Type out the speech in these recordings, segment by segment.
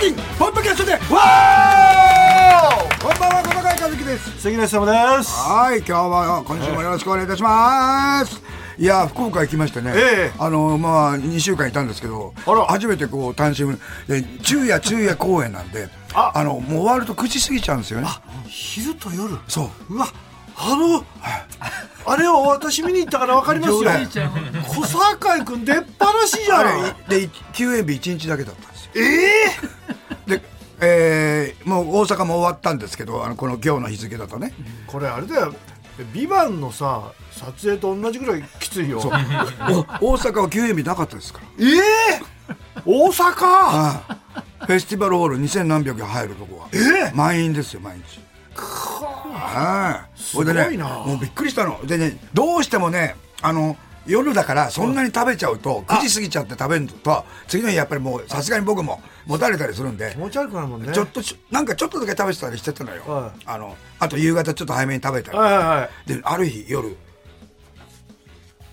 リンポッドキャストでわーこんばんは小高い和樹です関根様ですはい今日は今週もよろしくお願いいたします、いや福岡行きましてね、ええあのまあ2週間いたんですけどあら初めてこう単身で昼夜昼夜公演なんでああのもう終わると9時過ぎちゃうんですよね昼と夜そううわあのあれを私見に行ったから分かり ますよ冗談小堺君出っ放しじゃあんれで休園日1日だけだったんですよえでえーもう大阪も終わったんですけどあのこの今日の日付だとねえこれあれだよ「ビバンのさ撮影と同じぐらいきついよそうお大阪は休園日なかったですからええ大阪ああフェスティバルホール2000何百が入るとこはえ満員ですよ毎日はいすごいなもうびっくりしたのでねどうしてもねあの夜だからそんなに食べちゃうと9時過ぎちゃって食べると次の日やっぱりもうさすがに僕ももたれたりするんで気持ち悪くなるもんねちょっとしなんかちょっとだけ食べてたりしてたのよ、はあのあと夕方ちょっと早めに食べたり、はいはいはいである日夜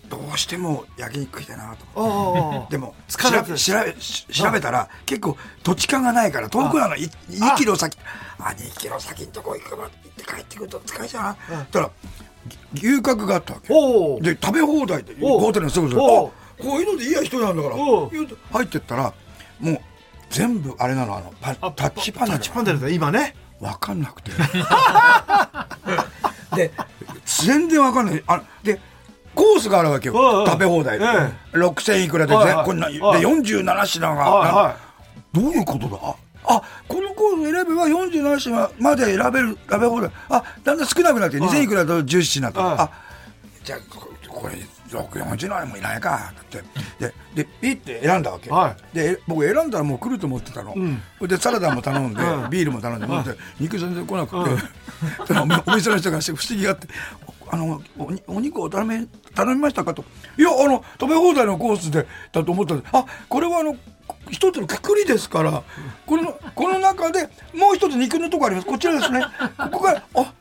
どうしても焼肉食いたいなとああでも疲れてしらし調べたら結構土地勘がないから遠くなのい2キロ先あ2キロ先のとこ行くば行って帰ってくると疲れちゃうなそしたらぎ牛角があったわけおおで食べ放題でおうホテルのすぐそばあおうこういうのでいい人なんだからおう言うと入ってったらもう全部あれなのあのパタッチパネタッルチパネルだ今ね分かんなくて で全然分かんないあでコースがあるわけよ、うんうん食べ放題で、え6000いくらで,、はいはいこんなではい47品が、はいはなんどういうことだああこのコース選べば47品まで選べる食べ放題あだんだん少なくなって2000いくらだと10品とか、はいあじゃあここれ47もいないかってででピッて選んだわけ、はで僕選んだらもう来ると思ってたの、でサラダも頼んで、うんビールも頼んで飲んで、肉全然来なくて、 そのお店の人が不思議があって「あのおお肉を頼め頼みましたか?」と「いやあの食べ放題のコースでだと思ったんであこれはあの一つのくくりですからこのこの中でもう一つ肉のとこありますこちらですねここからあ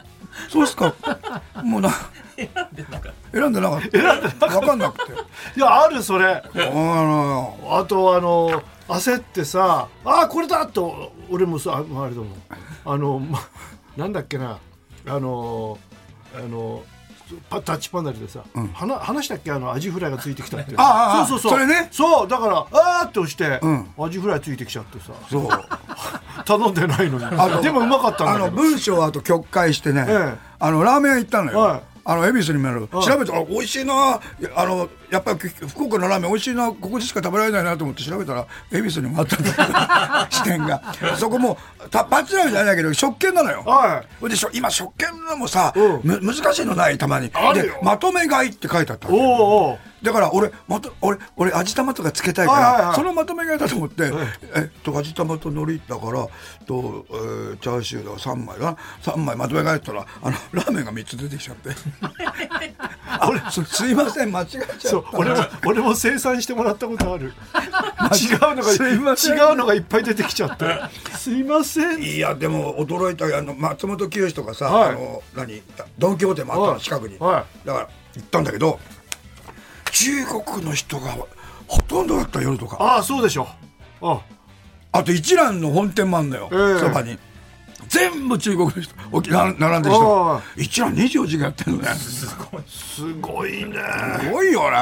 そうですかもうな選んでなかった選んでなかった分かんなくていやあるそれあのあとあの焦ってさ「ああこれだ!」と俺もさああれだもんあの、ま、なんだっけなあのあのパタッチパネルでさ、はな話したっけあのアジフライがついてきたってあああそうそうそうそれねそうだからあーって押して、んアジフライついてきちゃってさそう頼んでないののにでもうまかったんあだのけど文章はあと曲解してね、ええあのラーメン屋行ったのよ、はいあの恵比寿にもある、い調べたらあ美味しいなあのやっぱり福岡のラーメン美味しいなここでしか食べられないなと思って調べたら恵比寿にもあったんだ支店がそこもたパッチラーメンじゃないけど食券なのよ、はいほいでしょ今食券のもさ、うむ難しいのないたまにあるでよまとめ買いって書いてあったのおうおうだから俺また俺俺味玉とかつけたいから、はいはいはいそのまとめ買いだと思って、えっと味玉と海苔だからと、えーチャーシューだから3枚だな3枚まとめ買いだったらあのラーメンが3つ出てきちゃ ってあ俺すすいません間違えちそゃっう俺も俺も生産してもらったこと ある違うのがすいません違うのがいっぱい出てきちゃ ってすいませんたいやでも驚いたあの松本清とかさ、はいあの何ドン・キホーテもあったはのい近くに、はだから行ったんだけど中国の人がほとんどだった夜とかああそうでしょああと一蘭の本店もあんだよ、ええそばに。全部中国の人、沖縄並んでるお人う、一蘭24時間やってるのね。すすごいねごいよね。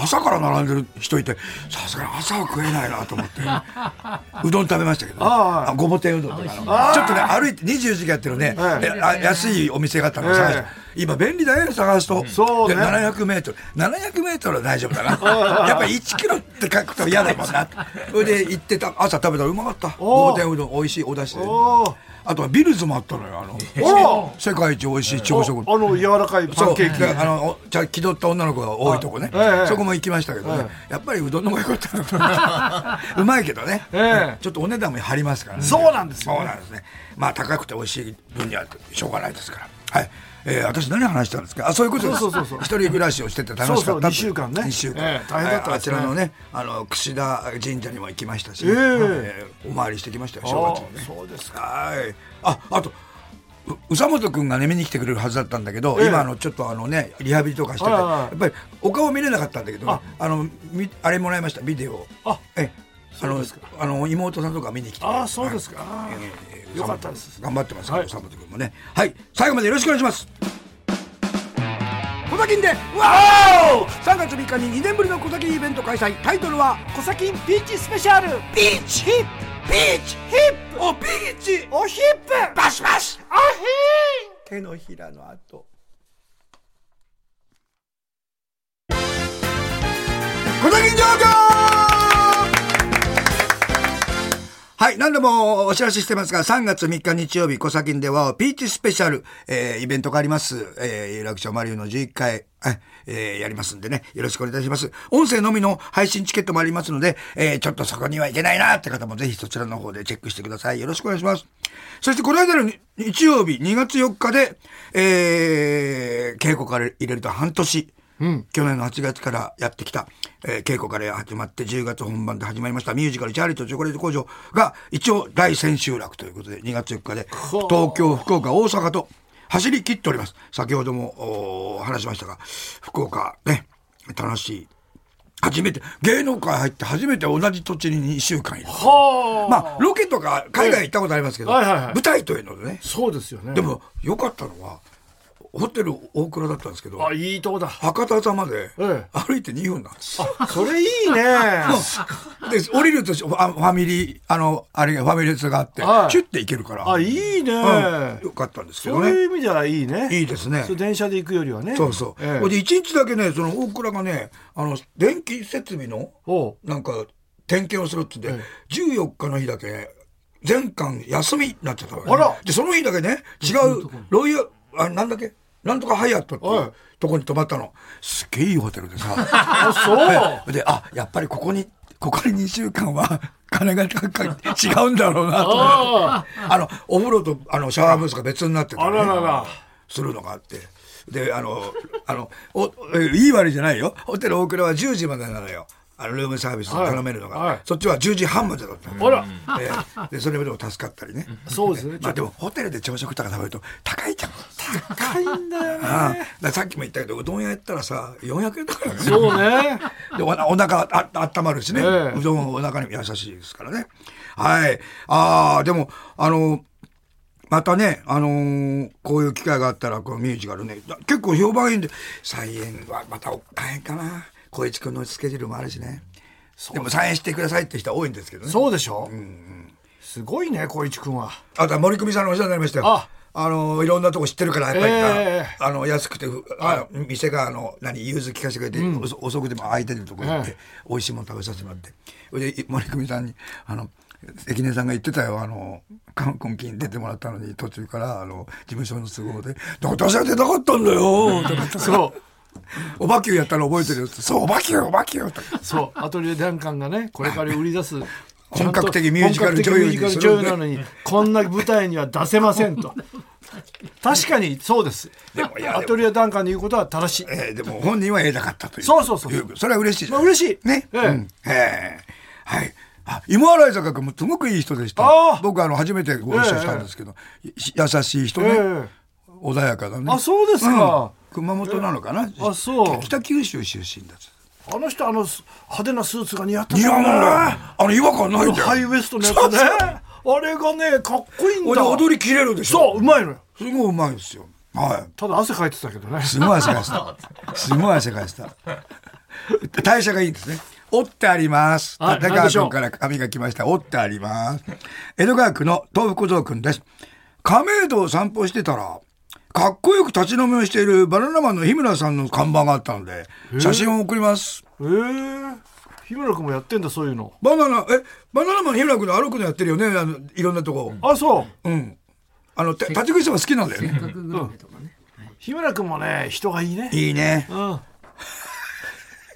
朝から並んでる人いて、さすがに朝は食えないなと思って、 うどん食べましたけど、あああごぼ天うどんとかあの、ちょっとね、歩いて24時間やってるね、えええあ安いお店があったのを探してえ、今便利だよ、探すと。そうねで、700メートル。700メートルは大丈夫だ な。やっぱり1キロって書くと嫌だもんな。それで行ってた、朝食べたらうまかった。おごうぼ天うどん美味しいお出汁で。おおあとはビルズもあったのよ、ああの。世ら界一美味しい朝食。あの柔らかいパそンうケーキだからあのじゃあ気取った女の子が多いとこね、あええそこも行きましたけどね、えやっぱりうどんの方が良かった なうまいけどね、ええちょっとお値段も張りますからねそうなんですよそうなんですねまあ高くて美味しい分にはしょうがないですからはいえー、私何話したんですかあそういうことですそうそうそうそう一人暮らしをしてて楽しかったそうそう二週間ね2週間、ええ大変だったはいあですちねらのねあの櫛田神社にも行きましたし、ええーお参りしてきましたよ正月にねあそうですはいああとう宇佐本君がね見に来てくれるはずだったんだけど、ええ今あのちょっとあのねリハビリとかしてて、はいはいはいやっぱりお顔見れなかったんだけどああのみあれもらいましたビデオあえあそうのですかあの妹さんとか見に来てああそうですか、あはいーえーよかったです頑張ってます、はい岡本君もねはい最後までよろしくお願いします小崎でわお3月3日に2年ぶりの小崎イベント開催タイトルはコサキンビーチスペシャル「ビーチヒップビーチヒップおビーチおヒップバシバシおヒー手のひらの後小崎上京はい、何度もお知らせしてますが、3月3日日曜日、小崎では、ピーチスペシャル、えーイベントがあります。えー、有楽町マリオの11回、はいえーやりますんでね、よろしくお願いいたします。音声のみの配信チケットもありますので、えーちょっとそこには行けないなって方もぜひそちらの方でチェックしてください。よろしくお願いします。そして、この間の日日曜日、2月4日で、えー、稽古から入れると半年。去年の8月からやってきた、えー稽古から始まって10月本番で始まりましたミュージカル「チャーリーとチョコレート工場」が一応大千秋楽ということで2月4日で東京福岡大阪と走り切っております先ほどもお話しましたが福岡ね楽しい初めて芸能界入って初めて同じ土地に2週間いるはあ、まあロケとか海外行ったことありますけど、はいはいはい舞台というのでねそうですよねでも良かったのはホテル大倉だったんですけどあいいとこ だ博多座までええ歩いて2分なんです。あそれいいねで降りるとファファミリーあのあれがファミレスがあって、はいシュッて行けるから あいいね、うんよかったんですけそどういねう意味ではいいねいいですねそう電車で行くよりはねそうそう、ええほいで1日だけねその大倉がねあの電気設備のおうなんか点検をするって言って、14日の日だけ全館休みになっちゃったわけ、あらでその日だけね違うロイヤルあなんだっけなんとかハイアットっていはいうとこに泊まったのすげえいいホテルでさあそ うで、あ、やっぱりここに、ここに2週間は 金がかかって違うんだろうなと思って。あの、お風呂とあのシャワーブースが別になってたあらららするのがあって。で、あの、 あの、お、えいい悪いじゃないよ。ホテル大倉は10時までなのよ。あの、ルームサービスを頼めるのが。はいはいそっちは10時半までだったのあらえーで、それでも助かったりね。そうですねまあでも、ホテルで朝食とか食べると高いじゃん。高いんだよねああだからさっきも言ったけど、うどん屋行ったらさ、400円だからね。そうねでおなお腹ああったまるしね、ええうどんはお腹にも優しいですからねはいああでもあのまたね、あのーこういう機会があったらこのミュージカルねだ結構評判いいんで再演はまた大変かな小一君のスケジュールもあるしねでも再演してくださいって人は多いんですけどねそうでしょ、すごいね光一 君はあとは森久美さんのお世話になりましたよああのーいろんなとこ知ってるからやっぱりな、ええあの安くてふあの店があの何融通聞かせてくれて、遅遅くでも空いてるとこ行って、え美味しいもの食べさせてもらってそれでい森久美さんにあの関根さんが言ってたよあの韓国に出てもらったのに途中からあの事務所の都合で「私は出なかったんだよ」とかってそう「おばきゅうやったの覚えてるよ」って「そうおばきゅうおばきゅう」とかそうアトリエダンカンがねこれから売り出す 本格的ミュージカル女優に本格的ミュージカル女優なのにこんな舞台には出せませんと確かにそうですでもいやでもアトリエダンカンの言うことは正しいえーでも本人は得なかったという。そうそうそういうそれは嬉しいじゃん。まあ嬉しいね。ええうん。ええはい。あ、今洗坂君もすごくいい人でしたああ。僕あの初めてご一緒したんですけど、い優しい人ね、ええ穏やかだね。あそうですかうん熊本なのかな。あそう北九州出身だと。あの人あのす派手なスーツが似合って似合うもんだよねあの違和感ないんだよ。ハイウエストのやつねそうそうあれがねかっこいいん俺だ踊り切れるでしょ。そううまいのよすごいうまいんですよ。はい。ただ汗かいてたけどねすごい汗かいてた。 すごい汗かいてた。代謝がいいんですね。折ってあります。はい中川君から紙が来ました。折ってあります。江戸川区の東福小僧君です。亀戸を散歩してたら、かっこよく立ち飲みをしているバナナマンの日村さんの看板があったので、写真を送ります。えー、日村君もやってんだそういうのバナナ、え、バナナマンの日村君の歩くのやってるよね。あのいろんなとこ。あそううん。あの、て立ち食いそば好きなんだよね。学グルメとかね、日村君もね人がいいねいいねう。ん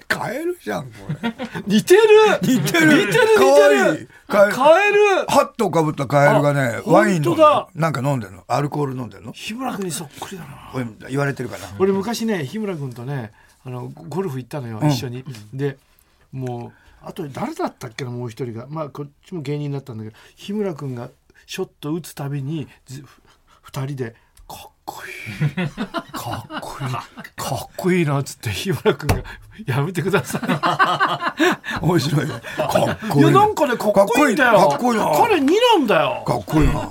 買えるじゃん、これ。似てる似てる。似てるかわいい似てるカエルカエル ハットをかぶったカエルがねあ、ワイン飲んで本当るだなんか飲んでるのアルコール飲んでるの日村君にそっくりだなこれ言われてるかな。俺昔ね日村君とねあのゴゴルフ行ったのよ、一緒にでもうあと誰だったっけなもう一人がまあこっちも芸人だったんだけど日村君がショット打つたびにず二人で「かっこいい」 かっこいいかっこいいなっつって日村君が「やめてください」面白いねかっ こいいいやねなんかねかっこいいんだよかっこいいな彼2なんだよかっこいい な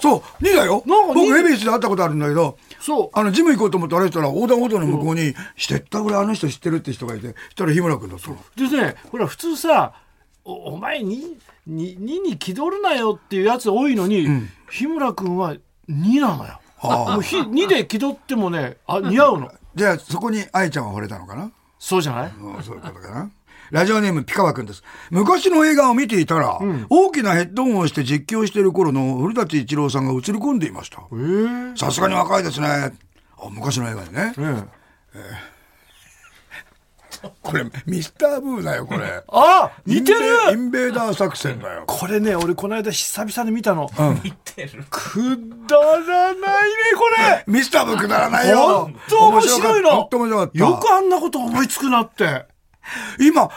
そう2だよなんか二僕恵比寿で会ったことあるんだけどそうあのジム行こうと思って歩いてたら横断歩道の向こうに「してった俺あの人知ってる」って人がいてそしたら日村君だったのでねほら普通さ「おお前にににに気取るなよ」っていうやつ多いのに、日村君は2なのよ。ああもうひ2で気取ってもねあ似合うのじゃあそこに愛ちゃんは惚れたのかなそうじゃないうんそういうことかな。ラジオネームピカワくんです。昔の映画を見ていたら、大きなヘッドホンをして実況している頃の古舘一郎さんが映り込んでいました。ええさすがに若いですね。あ昔の映画でね。これ、ミスターブーだよ、これ。あ似てるインベーインベーダー作戦だよ。これね俺この間久々に見たの、くだらないねこれミスターブーくだらないよ。本当面白いの本当面白かった。よくあんなこと思いつくなって今、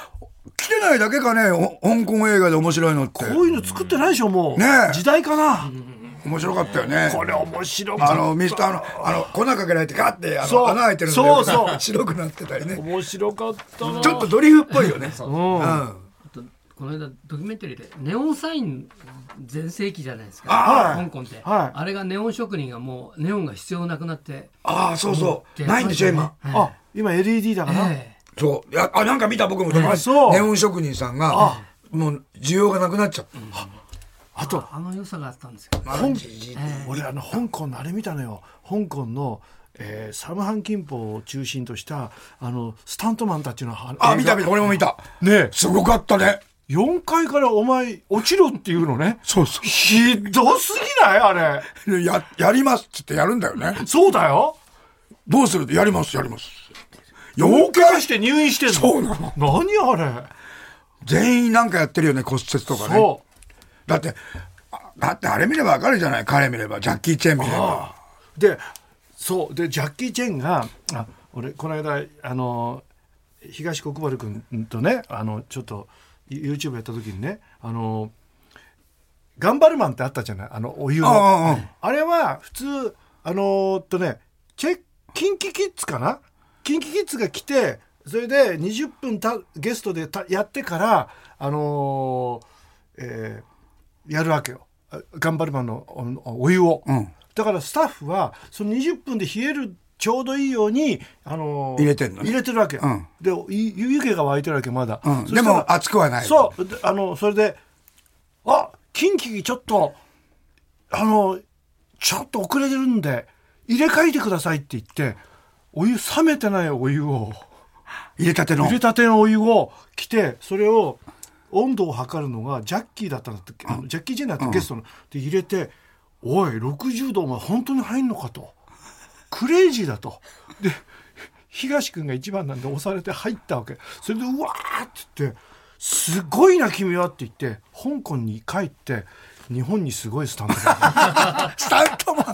来てないだけかね、お香港映画で面白いのって。こういうの作ってないでしょもう、ねえ時代かな、面白かったよね。これ面白あかっのミスターのあの粉かけられてガッてあそうの穴開いてるのそうがそう白くなってたりたね面白かったなちょっとドリフっぽいよねそううんうんんあとこの間ドキュメンタリーでネオンサイン全盛期じゃないですか、あはい香港って、はいあれがネオン職人がもうネオンが必要なくなってああそうそうないんでしょ今、はいあ今 LED だから、ええそういやあなんか見た僕も友達そうネオン職人さんがもう需要がなくなっちゃったあとあの良さがあったんですよマルチジー俺あの香港のあれ見たのよ香港の、えーサムハンキンポを中心としたあのスタントマンたちのはあ映見画た見た俺も見たねえすごかったね4階からお前落ちろっていうのねそうそひどすぎないあれうややりますっつってやるんだよねそうだよどうするってやりますやります大妖怪我怪して入院してんのそうなの何あれ全員なんかやってるよね骨折とかねそだってあだってあれ見ればわかるじゃない彼見ればジャッキー・チェン見ればうでそうでジャッキー・チェンがあ俺この間あの東国原君とねあのちょっと YouTube やった時にねあの頑張るマンってあったじゃないあのお湯のあああれは普通あのーっとねチェキンキキッズかなキンキキッズが来てそれで20分たゲストでたやってからあのーえーやるわけよあ頑張るマンのおお湯を、うんだからスタッフはその20分で冷えるちょうどいいように、あのー入れてんのね入れてるわけ、うんでい湯気が湧いてるわけまだ、うんそしたらでも熱くはないそうであのそれであキンキキちょっとあのちょっと遅れてるんで入れ替えてくださいって言ってお湯冷めてないお湯を入れたての入れたてのお湯を来てそれを温度を測るのがジャッキーだったんだってジャッキー・ジェンだったゲストので入れて「おい60度お前本当に入んのか」と「クレイジーだ」と。で東君が一番なんで押されて入ったわけそれでうわーって言って「すごいな君は」って言って香港に帰って日本にすごいスタンドが あるスタントマン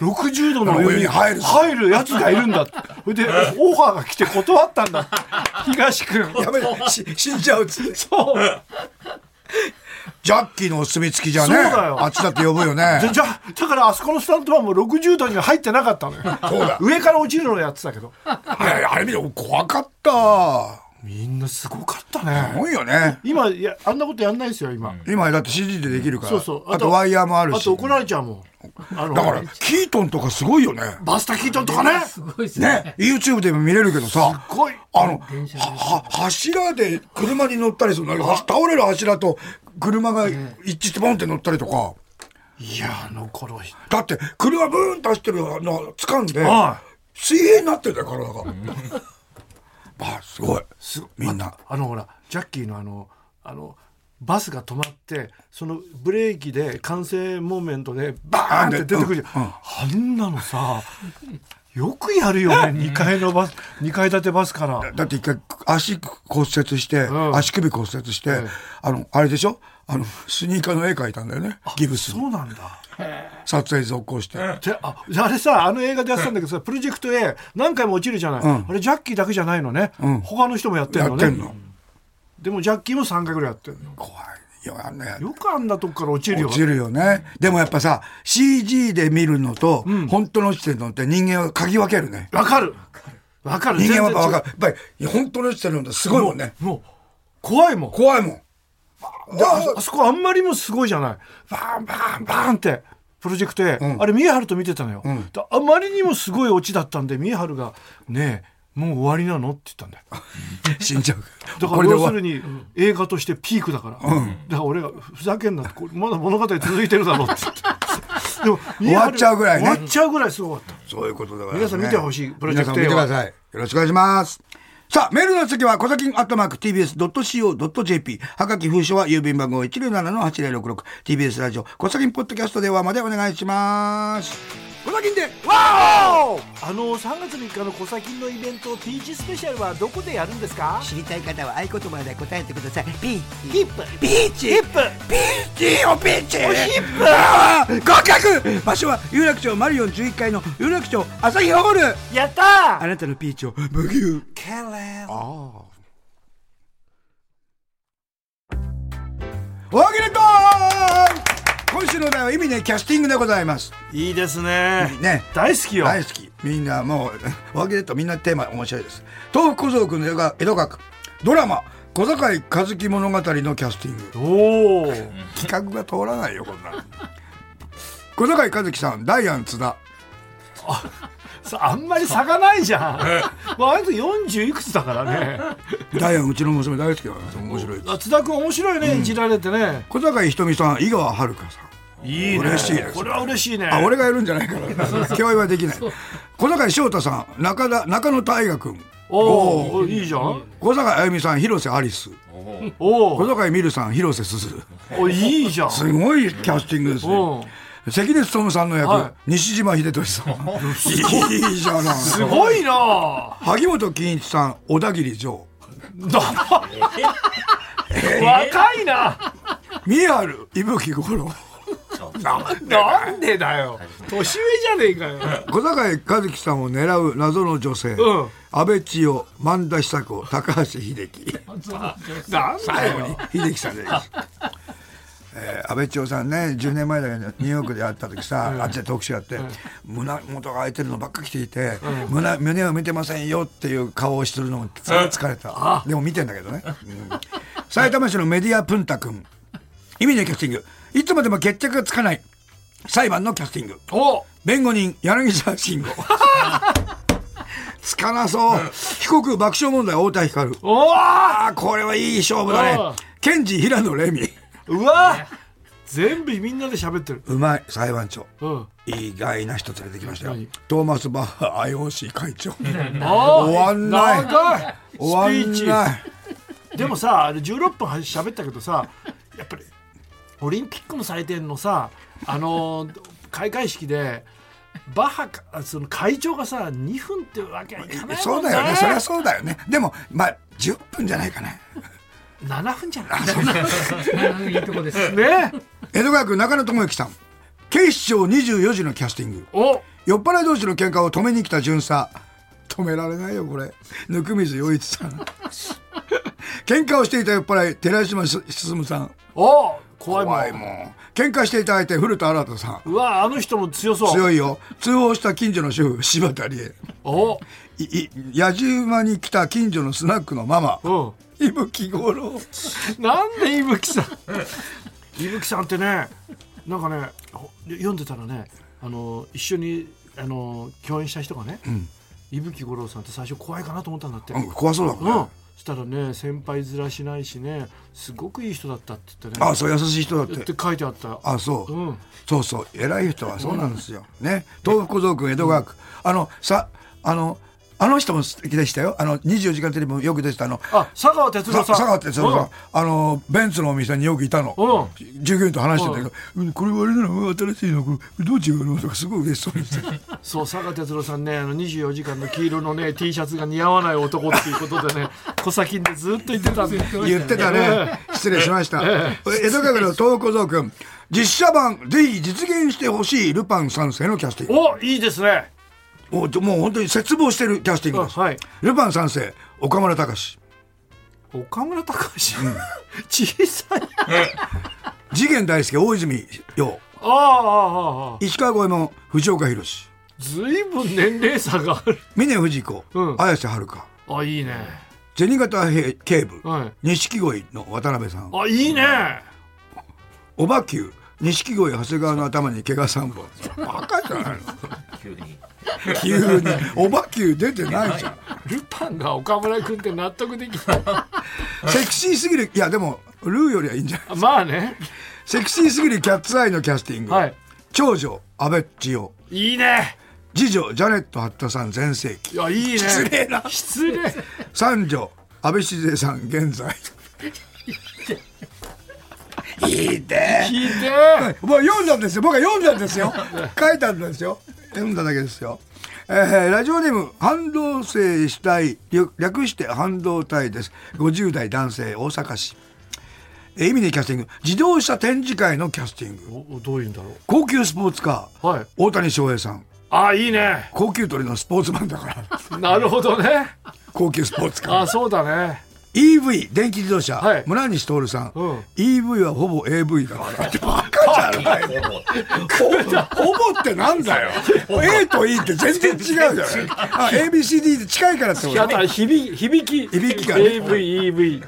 60度のお湯に入る入るやつがいるんだってそれでオファーが来て断ったんだ って東君やべえし死んじゃうっつってそうジャッキーのお墨付きじゃねそうだよあっちだって呼ぶよねでじゃあだからあそこのスタントマンも60度には入ってなかったのよそうだ上から落ちるのをやってたけどあれあれ見て怖かったみんなすごかったすねごいよね今いやあんなことやんないですよ今、今だって CG でできるからそうそうあとワイヤーもあるあしと怒られちゃうもんあのだからキートンとかすごいよねバスターキートンとかねすごいですねね YouTube でも見れるけどさすごいあのは電車では柱で車に乗ったりするんだけど倒れる柱と車が一致してボンって乗ったりとかいやあの頃ひだって車ブーンと走ってるのを掴んでは水平になってるんだよ体が。 まあすごいすごみんなあのほらジャッキーのあのあのバスが止まってそのブレーキで完成モーメントでバーンって出てくるじゃん、あんなのさ よくやるよね2階のバス2階建てバスから。だって一回足骨折して、ん足首骨折して、んあのあれでしょあのスニーカーの絵描いたんだよねギブスそにうなんだ撮影続行して、てああれさあの映画でやってたんだけどさプロジェクト A 何回も落ちるじゃない、あれジャッキーだけじゃないのね、他の人もやってるやのっねてんのでもジャッキーも3回ぐらいやってるの怖いいやあんなやよくあんなとこから落ちるよ落ちるよねでもやっぱさ CG で見るのと、本当の落ちてるのって人間は嗅ぎ分けるねわかるわかる人間はやっぱ分かるるやっぱりいや本当の落ちてるのってすごいもんねもう怖いもん怖いもんでああそこあんまりもすごいじゃないバーンバーンバーンってプロジェクト A、あれ三重春と見てたのよ、であまりにもすごいオチだったんで三重春が「ねえもう終わりなの?」って言ったんだよ死んじゃうだから要するに映画としてピークだから、だから俺が「ふざけんな」ってこれまだ物語続いてるだろうって言ってでも三重終わっ春ちゃうぐらいね終わっちゃうぐらいすごかったそういうことだから、皆さん見てほしいプロジェクト A は皆さん見てください。よろしくお願いします。さあ、メールの次は、小崎アットマーク tbs.co.jp。はがき封書は郵便番号107-8066。tbs ラジオ、小崎ポッドキャスト電話までお願いします。小崎で、あの3月3日の小崎のイベントピーチスペシャルはどこでやるんですか知りたい方は合言葉で答えてくださいピーチヒップピーチヒップピーチおピーチあー合格場所は有楽町マリオン11階の有楽町朝日ホールやったーあなたのピーチを無牛キャレン大喜利トーン今週のお題は意味ねキャスティングでございますいいですねね大好きよ、大好きみんなもう大喜利とみんなテーマ面白いです東北小僧君の映画江戸川区ドラマ小坂井和樹物語のキャスティングおお企画が通らないよこんなの小坂井和樹さんダイアン津田さあんまり差がないじゃん、まあ、あいつ40いくつだからねダイアンうちの娘大好きだから面白いですあ津田君面白いね、いじられてね小坂井ひとみさん井川遥さんいいね嬉しいですこれは嬉しいねあ俺がやるんじゃない から共演はできない小坂井翔太さん中田中野大河君おおいいじゃん小坂あゆみさん広瀬アリスお小ー坂井美るさん広瀬すずおいいじゃんすごいキャスティングですうんね関根勤さんの役、は西島秀俊さんいいじゃないすごい な萩本欽一さん小田切城だ若いな宮春伊吹五郎なんでだよ年上じゃねえかよ小坂井和樹さんを狙う謎の女性、うん安倍千代萬田久子高橋英樹なんだよ英樹さん です、えー安倍千代さんね10年前だけどニューヨークで会った時さ、あっちで特集やって、胸元が開いてるのばっか着ていて、胸胸を見てませんよっていう顔をしてるのもすごい疲れた、でも見てんだけどね、うん、埼玉市のメディアプンタ君意味のキャスティングいつまでも決着がつかない裁判のキャスティングお弁護人柳沢慎吾つかなそう被告爆笑問題太田光おーああこれはいい勝負だあねあ検事平野レミうわ全部みんなで喋ってるうまい裁判長うん意外な人連れてきましたよ何トーマス・バッハ IOC 会 長あ終わんない長い終わんスピなーいチでもさあれ16分は喋ったけどさやっぱりオリンピックの祭典のさあの開会式でバッハかあその会長がさ2分ってわけにはいかないもん、ね、そうだよねそりゃそうだよねでもまあ10分じゃないかな7分じゃない いいとこです。ね江戸川区中野智之さん警視庁24時のキャスティングお酔っ払い同士の喧嘩を止めに来た巡査止められないよこれ温水洋一さん喧嘩をしていた酔っ払い寺島進さんお怖いもん怖いもん喧嘩していた相手古田新太さんうわあの人も強そう強いよ通報した近所の主婦柴田理恵おいい野じ馬に来た近所のスナックのママうん伊吹五郎なんで伊吹さん 伊吹さんってねなんかねほ読んでたらねあの一緒にあの共演した人がね、伊吹五郎さんって最初怖いかなと思ったんだって、うなんんか怖そうだもんねそしたらね先輩ずらしないしねすごくいい人だったって言ってねあそう優しい人だっってて書いてあったあそうう、んそうそう偉い人はそうなんですよ。ね東北小僧君江戸川区、あのさあのあの人も素敵でしたよあの24時間テレビもよく出てたあのあ佐川哲さ郎さん佐川哲郎さんあのベンツのお店によくいたの従業員と話してたけど「うんこれ割れなの新しいのこれどう違うの?」とかすごい嬉しそうにしてうんそう佐川哲郎さんねあの24時間の黄色の ね T シャツが似合わない男っていうことでね小崎でずっと言ってた んで言って たね失礼しました江戸川区の東北小僧君実写版ぜひ実現してほしいルパン三世のキャスティングおいいですねおもう本当に絶望してるキャスティングあですはいルパン三世岡村隆史岡村隆史、小さい次元大介、大泉洋、ああああああ石川五右衛門、藤岡弘、ずいぶん年齢差がある峰不二子、うん綾瀬はるか、あいいね銭形警部、はい錦鯉の渡辺さん、あいいねおばきゅう、錦鯉長谷川の頭に怪我三本。バカじゃない急にの。急に、おばきゅう出てないじゃん。ルパンが岡村君って納得でき ないセクシーすぎる、いやでも、ルーよりはいいんじゃないまあねセクシーすぎるキャッツアイのキャスティング。はい長女、安倍千代。いいね次女、ジャネット・ハットさん全盛期。いやいいね失礼な。失礼三女、安倍静江さん現在。いいで。聞いてもう読んだんですよ。僕は読んだんですよ。書いたんですよ。読んだだけですよ。えーラジオネーム半導性死体略略して半導体です50代男性大阪市えー意味でキャスティング自動車展示会のキャスティングおどういうんだろう高級スポーツカー、はい大谷翔平さんあいいね高級鳥のスポーツマンだからなるほどね高級スポーツカーあそうだね EV 電気自動車、はい村西徹さん、うん EV はほぼ AV だからバカじゃないのほほぼってなんだよ A と E って全然違うじゃないあ ABCD で近いからってこやとっ、た響き響き響きがね AVEV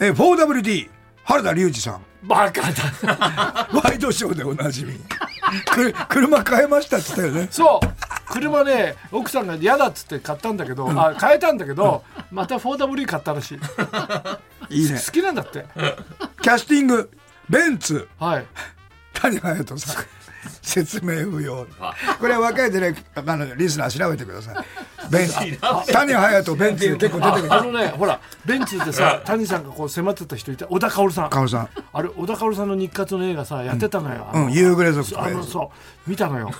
えー 4WD 原田龍二さんバカだワイドショーでおなじみく車変えましたって言ったよねそう車ね奥さんが嫌だっつって買ったんだけどあ変えたんだけどまた 4W 買ったらしい好いいねきなんだってキャスティングベンツはい谷隼人さん説明不要これは若いディレクあのリスナー調べてくださいベンツ谷隼人ベンツで結構出てくるあのねほらベンツでさ谷さんがこう迫ってた人いた小田薫さんカオルさんあれ小田薫さんの日活の映画さやってたのよ、うん、夕暮れ族とあかのそう見たのよ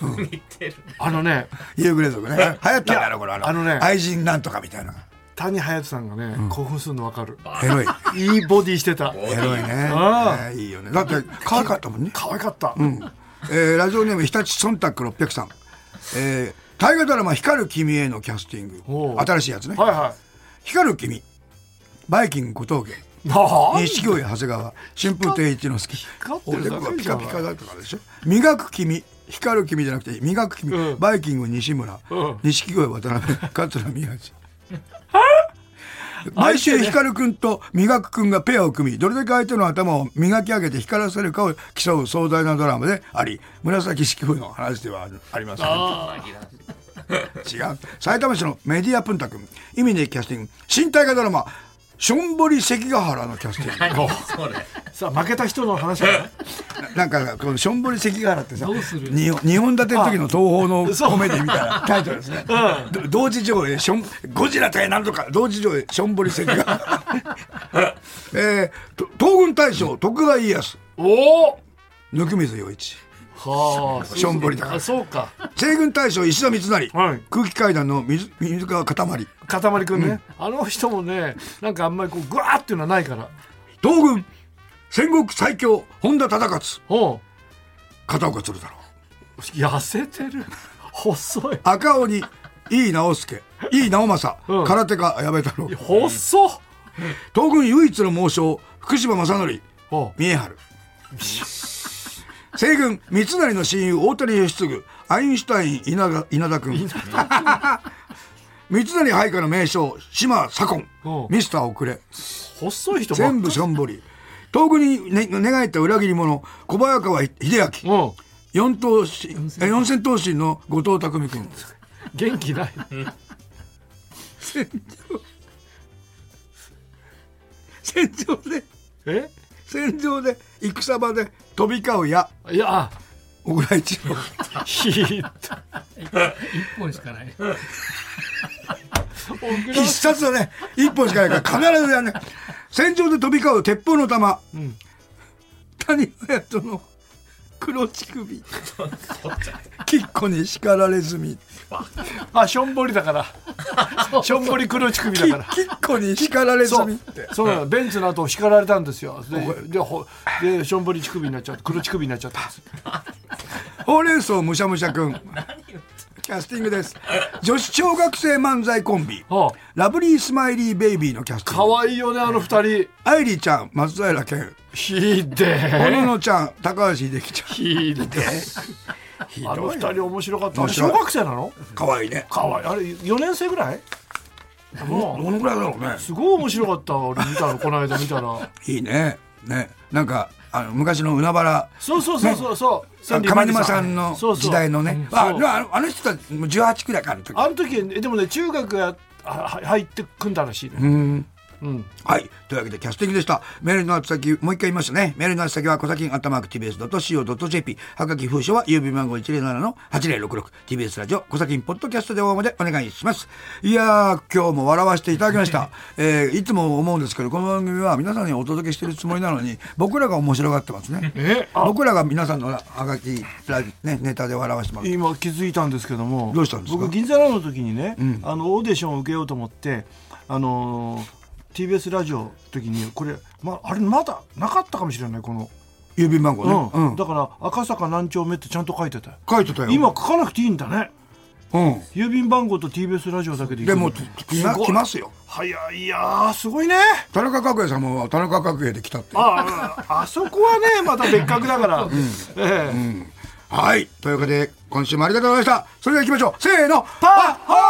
あのね夕暮れ族ね。流行ったんだいやろ、これ。あのね愛人なんとかみたいな。谷隼人さんがね、興奮するの分かるエ ロい。いいボディしてたエロいね。あねいいよね。だって、可愛かったもんね。可愛かった、えーラジオネーム、日立忖度600さん。えー大河ドラマ、光る君へのキャスティンおグ。う新しいやつね。はいは光る君。バイキング小峠。いな錦鯉長谷川。春風亭一之輔。光っておでるだこがけピじゃカんピカだったからでしょ。磨く君。光る君じゃなくて、磨く君。うんバイキング西村。うん錦鯉渡辺。 桂宮治。毎週光くんと磨くくんがペアを組みどれだけ相手の頭を磨き上げて光らせるかを競う壮大なドラマであり紫式部の話ではありません 違う埼玉市のメディアプンタ君意味でキャスティング新大河ドラマ「しょんぼり関ヶ原」のキャスティング何それさあ負けた人の話だねななんかこのしょんぼり関ヶ原ってさどうするに日本立ての時の東宝のあそうコメディみたい なタイトルですね、ど同時上映しょんゴジラ対なんとか同時上映しょんぼり関ヶ原 えーと東軍大将徳川家康おお温水洋一はあしょんぼりだからあそうか西軍大将石田三成、はい空気階段の水水川かたまりかたまりくんね、あの人もねなんかあんまりこうグワーっていうのはないから東軍戦国最強本田忠勝おう片岡鶴太郎痩せてる細い赤鬼井伊直輔井伊直政、うん空手家矢部太郎細っ東軍唯一の猛将福島正則おう三重春西軍三成の親友大谷義次アインシュタイン稲田稲田君三成配下の名将島左近うんミスター遅れ細い人ばっか全部しょんぼり東軍に、ね、寝返った裏切り者小早川秀明うん四頭身え四千頭身の後藤匠君元気ない戦場でえ戦場で戦場で飛び交う矢いや小倉一郎ひいた一本しかない。小倉必殺だ ね一本しかないから必ずやんね戦場で飛び交う鉄砲の弾、ん谷隼人の黒乳首きっこに叱られずみあしょんぼりだ からしょんぼり黒乳首だからきっこに叱られずそみうってそうなのベンツの後叱られたんですよででほでしょんぼり乳首になっちゃった黒乳首になっちゃったんですほうれん草むしゃむしゃくんキャスティングです。女子小学生漫才コンビ、はあラブリースマイリーベイビーのキャスティング。可愛いよねあの二人アイリーちゃん、松平健、ひでほえののちゃん、高橋秀樹ちゃん。ひでひえあのどい二人面白かったあ面れ白い小学生なのかわいいね。かわいいあれ4年生ぐらいどもうのぐらいだろうね。すごい面白かった俺見たのこの間見たらいいね。ね。なんか、あの昔の海原、そうそうそうそうそう千里上万里沼さんのそうそう時代のね。あそうあのあの人たち、もう18くらいか、あの時。あの時えでもね中学があ入って組んだらしいねうんうんはい。というわけで、キャスティングでした。メールの宛先、もう一回言いましたね。メールの宛先は、小崎アットマーク TBS.CO.JP。はがき封書は、郵便番号107-8066。TBS ラジオ、小崎ポッドキャストで応募でお願いします。いやー、今日も笑わせていただきま した。えー、いつも思うんですけど、この番組は皆さんにお届けしてるつもりなのに、僕らが面白がってますね。えあ僕らが皆さんのはがき、ラジね、ネタで笑わせてもらって。今気づいたんですけどもどうしたんですか僕銀座ラの時にね、んあのオーディションを受けようと思ってあのー TBS ラジオの時にこれ、まあれまだなかったかもしれないこの、郵便番号ね。うんうんだから赤坂何丁目ってちゃんと書いてたよ書いてたよ。今書かなくていいんだねうん。郵便番号と TBS ラジオだけでいいでも、ききなごい来ますよ。早いいやーすごいね田中角栄さんも田中角栄で来たって。あああそこはねまた別格だから、ええはい。というわけで、今週もありがとうございました。それでは行きましょう。せーの。パッホー